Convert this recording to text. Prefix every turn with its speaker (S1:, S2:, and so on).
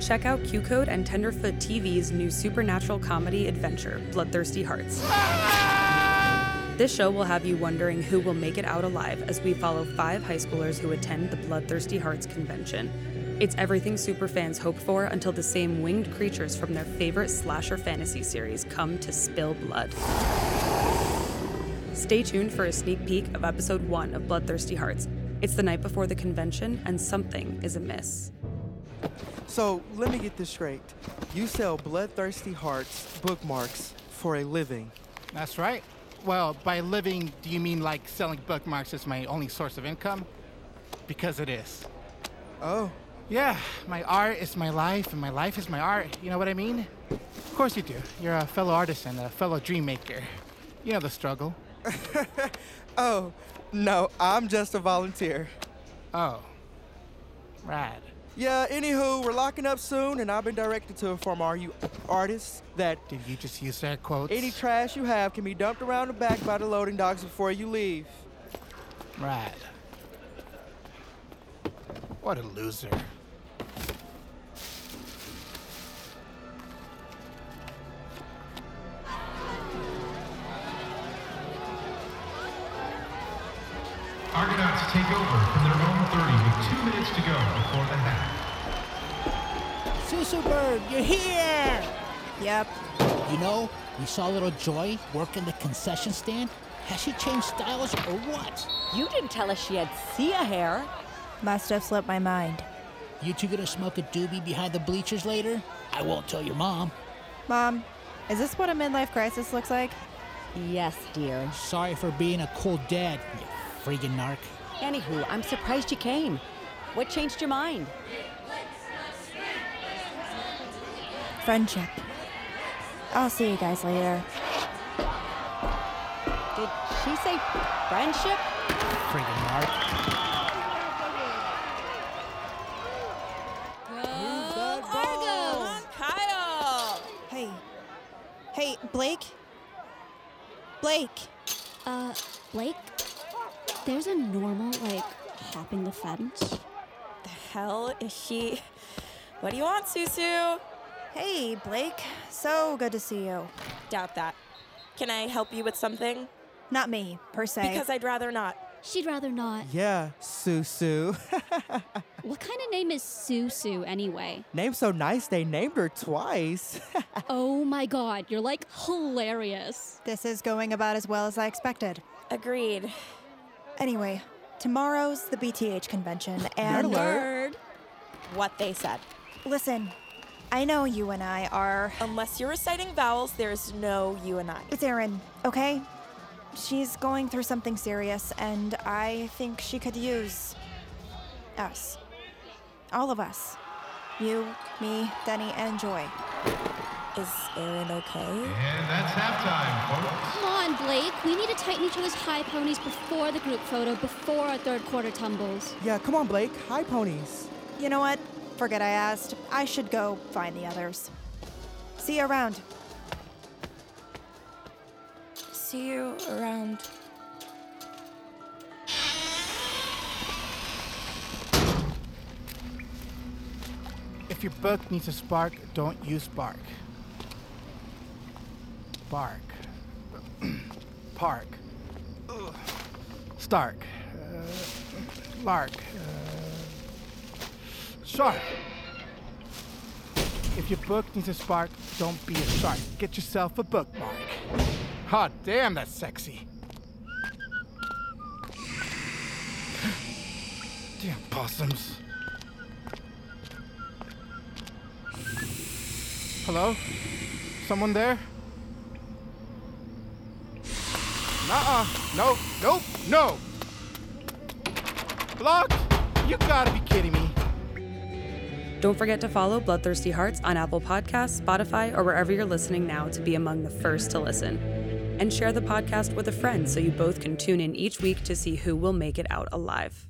S1: Check out Q Code and Tenderfoot TV's new supernatural comedy adventure, Bloodthirsty Hearts. This show will have you wondering who will make it out alive as we follow five high schoolers who attend the Bloodthirsty Hearts convention. It's everything superfans hope for until the same winged creatures from their favorite slasher fantasy series come to spill blood. Stay tuned for a sneak peek of episode one of Bloodthirsty Hearts. It's the night before the convention, and something is amiss.
S2: So let me get this straight. You sell bloodthirsty hearts bookmarks for a living.
S3: That's right. Well, by living, do you mean like selling bookmarks is my only source of income? Because it is.
S2: Oh,
S3: Yeah, my art is my life, and my life is my art. You know what I mean? Of course you do. You're a fellow artist and a fellow dream maker. You know the struggle.
S2: oh, no, I'm just a volunteer.
S3: Oh. Rad.
S2: Yeah, anywho, we're locking up soon, and I've been directed to inform all you artists that
S3: Did you just use that quote?
S2: any trash you have can be dumped around the back by the loading docks before you leave.
S3: Rad. What a loser.
S4: Argonauts take over from their own 30 with two minutes to go before the half.
S5: Susu Bird, you're here!
S6: Yep.
S5: You know, Oh, we saw little Joy working the concession stand. Has she changed styles or what?
S7: You didn't tell us she had Sia hair.
S6: Must have slipped my mind.
S5: You two gonna smoke a doobie behind the bleachers later? I won't tell your mom.
S6: Mom, is this what a midlife crisis looks like?
S7: Yes, dear.
S5: Sorry for being a cool dad, you freaking narc.
S7: Anywho, I'm surprised you came. What changed your mind?
S6: Friendship. I'll see you guys later.
S7: Did she say friendship?
S5: Freaking narc.
S7: Kyle!
S6: Hey. Hey, Blake? Blake!
S8: Uh, Blake, there's a normal, like, hopping the fence.
S9: The hell is she? What do you want, Susu?
S6: Hey, Blake. So good to see you.
S9: Doubt that. Can I help you with something?
S6: Not me, per se.
S9: Because I'd rather not.
S8: She'd rather not.
S2: Yeah, Susu.
S8: What kind of name is Susu anyway?
S2: Name's so nice they named her twice.
S8: Oh my god, you're like hilarious.
S6: this is going about as well as I expected.
S9: Agreed.
S6: Anyway, tomorrow's the BTH convention, and.
S2: alert.
S9: What they said.
S6: Listen, I know you and I are.
S9: Unless you're reciting vowels, there's no you and I.
S6: It's Erin, okay? She's going through something serious, and I think she could use us. All of us. You, me, Denny, and Joy.
S9: Is Erin okay?
S4: And that's halftime, folks.
S8: Come on, Blake, we need to tighten each other's high ponies before the group photo, before our third quarter tumbles.
S2: yeah, come on, Blake. Hi, ponies.
S6: You know what? Forget I asked. I should go find the others. See you around.
S9: See you around.
S3: If your book needs a spark, don't use bark. Bark. Park. Ugh. Stark. Uh, lark. Uh, shark. If your book needs a spark, don't be a shark. Get yourself a bookmark. Hot damn, that's sexy. Damn possums. Hello? Someone there? Nuh-uh. Nope. Nope. No. Blocked? You gotta be kidding me.
S1: Don't forget to follow Bloodthirsty Hearts on Apple Podcasts, Spotify, or wherever you're listening now to be among the first to listen. And share the podcast with a friend so you both can tune in each week to see who will make it out alive.